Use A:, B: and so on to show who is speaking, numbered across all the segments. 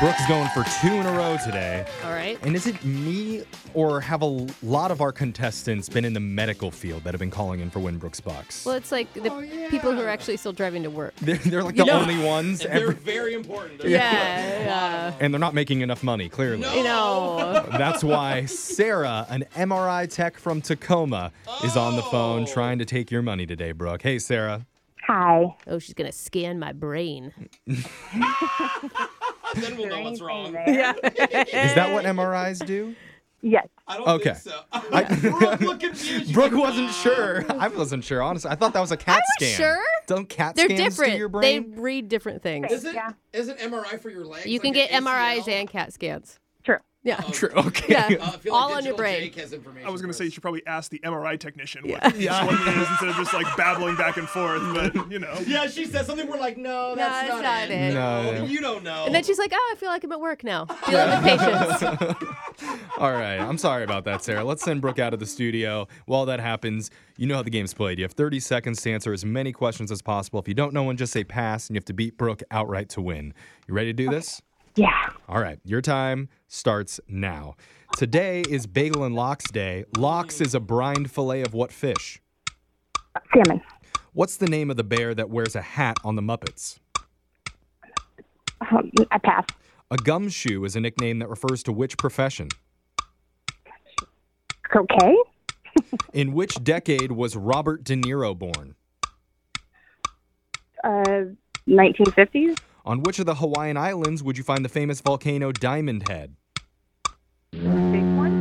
A: Brooke's going for two in a row today.
B: All right.
A: And is it me or have a lot of our contestants been in the medical field that have been calling in for Winbrook's Bucks?
B: Well, it's like the people who are actually still driving to work.
A: they're, they're like
B: You
A: the
B: know-
A: only ones,
C: They're
A: every-
C: very important. They're
B: Yeah.
A: and they're not making enough money, clearly.
B: yeah. You know.
A: That's why Sarah, an MRI tech from Tacoma, is on the phone
C: Oh.
A: trying to take your money today, Brooke. Hey, Sarah.
D: Hi.
B: Oh, she's gonna scan my brain.
C: Then we'll know Oh, what's wrong.
D: Yeah.
A: Is that what MRIs do?
D: Yes.
C: I don't
A: Okay.
C: think so. Brooke, look confused.
A: Brooke wasn't sure. I wasn't sure, honestly. I thought that was a cat
B: was
A: scan.
B: sure.
A: Don't cat
B: They're
A: scans do your
B: different. They
A: brain?
B: read different things.
C: Is it,
D: Yeah.
C: is it MRI for your legs?
B: You can
C: like
B: get
C: an
B: MRIs
C: ACL?
B: and CAT scans.
D: True.
B: Yeah.
A: True. Okay.
B: Yeah.
C: Uh, I feel
B: All
C: like
B: on your
C: Digital
B: brain.
C: Jake has information
E: I was going
C: for
E: to say you
C: us.
E: should probably ask the MRI technician what yeah. one it is instead of just like babbling back and forth. But you know,
C: Yeah, she said something. We're like, no, that's
B: it's
C: not,
B: not
C: it.
B: it.
A: No, no.
C: you don't know.
B: And then she's like, "Oh, I feel like I'm at work now, dealing with patients."
A: All right. I'm sorry about that, Sarah. Let's send Brooke out of the studio. While that happens, you know how the game's played. You have 30 seconds to answer as many questions as possible. If you don't know one, just say pass, and you have to beat Brooke outright to win. You ready to do this?
D: Yeah.
A: All right, your time starts now. Today is Bagel and Lox Day. Lox is a brined fillet of what fish?
D: Salmon.
A: What's the name of the bear that wears a hat on the Muppets?
D: Um, I pass.
A: A gumshoe is a nickname that refers to which profession?
D: Croquet.
A: In which decade was Robert De Niro born?
D: Uh, 1950s.
A: On which of the Hawaiian Islands would you find the famous volcano Diamond Head?
D: Big one.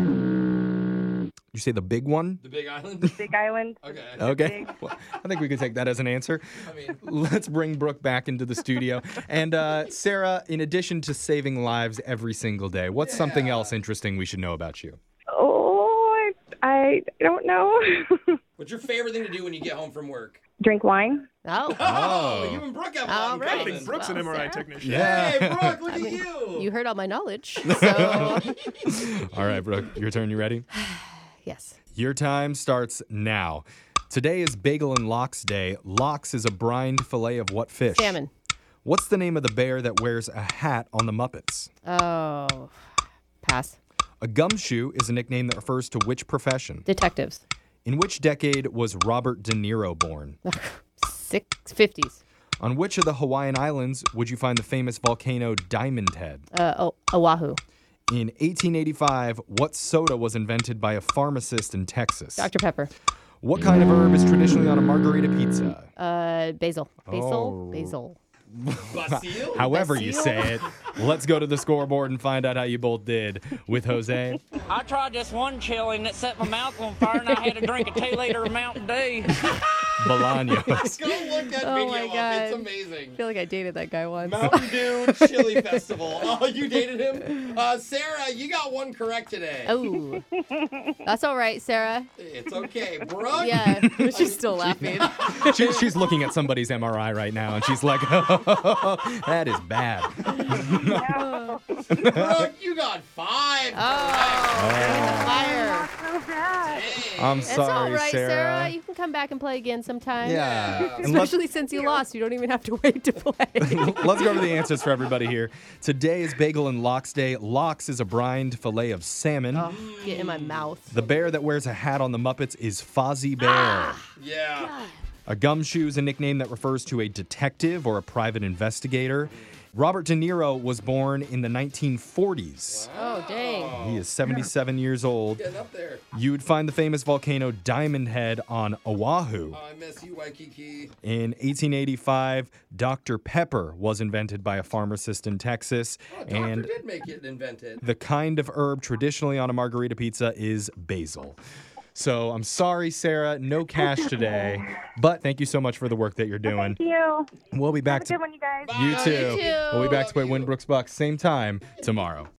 A: You say the big one?
C: the Big Island.
D: Big Island.
C: Okay.
A: Okay. Well, I think we can take that as an answer.
C: I mean,
A: Let's bring Brooke back into the studio. And uh, Sarah, in addition to saving lives every single day, what's something else interesting we should know about you?
D: Oh, I, I don't know.
C: what's your favorite thing to do when you get home from work?
D: Drink wine.
B: Oh,
C: Oh,
A: Oh.
C: you and Brooke have a
B: All
C: lot in
B: right.
E: I
C: common.
E: think Brooke's an
B: Well,
E: MRI
B: Sarah.
E: technician.
C: Hey, Brooke, look at you.
B: you heard all my knowledge. So,
A: All right, Brooke, your turn. You ready?
B: yes.
A: Your time starts now. Today is Bagel and Lox Day. Lox is a brined fillet of what fish?
B: Salmon.
A: What's the name of the bear that wears a hat on the Muppets?
B: Oh, pass.
A: A gumshoe is a nickname that refers to which profession?
B: Detectives.
A: In which decade was Robert De Niro born?
B: Six fifties.
A: On which of the Hawaiian Islands would you find the famous volcano Diamond Head?
B: Uh, oh, Oahu.
A: In 1885, what soda was invented by a pharmacist in Texas?
B: Dr. Pepper.
A: What kind of herb is traditionally on a margarita pizza?
B: Uh, basil. Basil.
A: Oh.
B: Basil.
C: Basile?
A: However you
B: Basil.
A: say it, let's go to the scoreboard and find out how you both did with Jose.
F: I tried this one chili and it set my mouth on fire, and I had to drink a two liter of Mountain Dew.
A: Bolaños.
C: Go look that
B: Oh
C: video
B: my
C: up. It's
B: God.
C: amazing.
B: I feel like I dated that guy once.
C: Mountain Dew Chili Festival. Oh, you dated him? Uh, Sarah, you got one correct today.
B: Oh, that's all right, Sarah.
C: It's okay. Brooke?
B: Yeah, she's still laughing.
A: She- she's looking at somebody's MRI right now and she's like, that is bad.
C: Brooke, you got five.
B: Oh, fire.
A: I'm
B: It's all
A: sorry,
B: right, Sarah. You can come back and play again sometime.
A: Yeah. And let's-
B: Especially since you lost, you don't even have to wait to play.
A: Let's go to the answers for everybody here. Today is Bagel and Lox Day. Lox is a brined fillet of salmon.
B: oh, get in my mouth.
A: The bear that wears a hat on the Muppets is Fozzie Bear.
C: Ah! Yeah.
A: A gumshoe is a nickname that refers to a detective or a private investigator. Robert De Niro was born in the 1940s.
B: Oh, dang.
A: He is 77 years old.
C: Getting up there.
A: You would find the famous volcano Diamond Head on Oahu.
C: I miss you, Waikiki.
A: In 1885, Dr. Pepper was invented by a pharmacist in Texas.
C: Oh, doctor
A: and
C: did make it invented.
A: the kind of herb traditionally on a margarita pizza is basil. So I'm sorry, Sarah, no cash today, but thank you so much for the work that you're doing.
D: Thank you.
A: We'll be back
D: Have a
A: to
D: good one, you guys.
A: you
C: Bye.
A: too.
B: You too.
A: We'll be back to play
C: Love you.
A: Winbrook's Bucks same time tomorrow.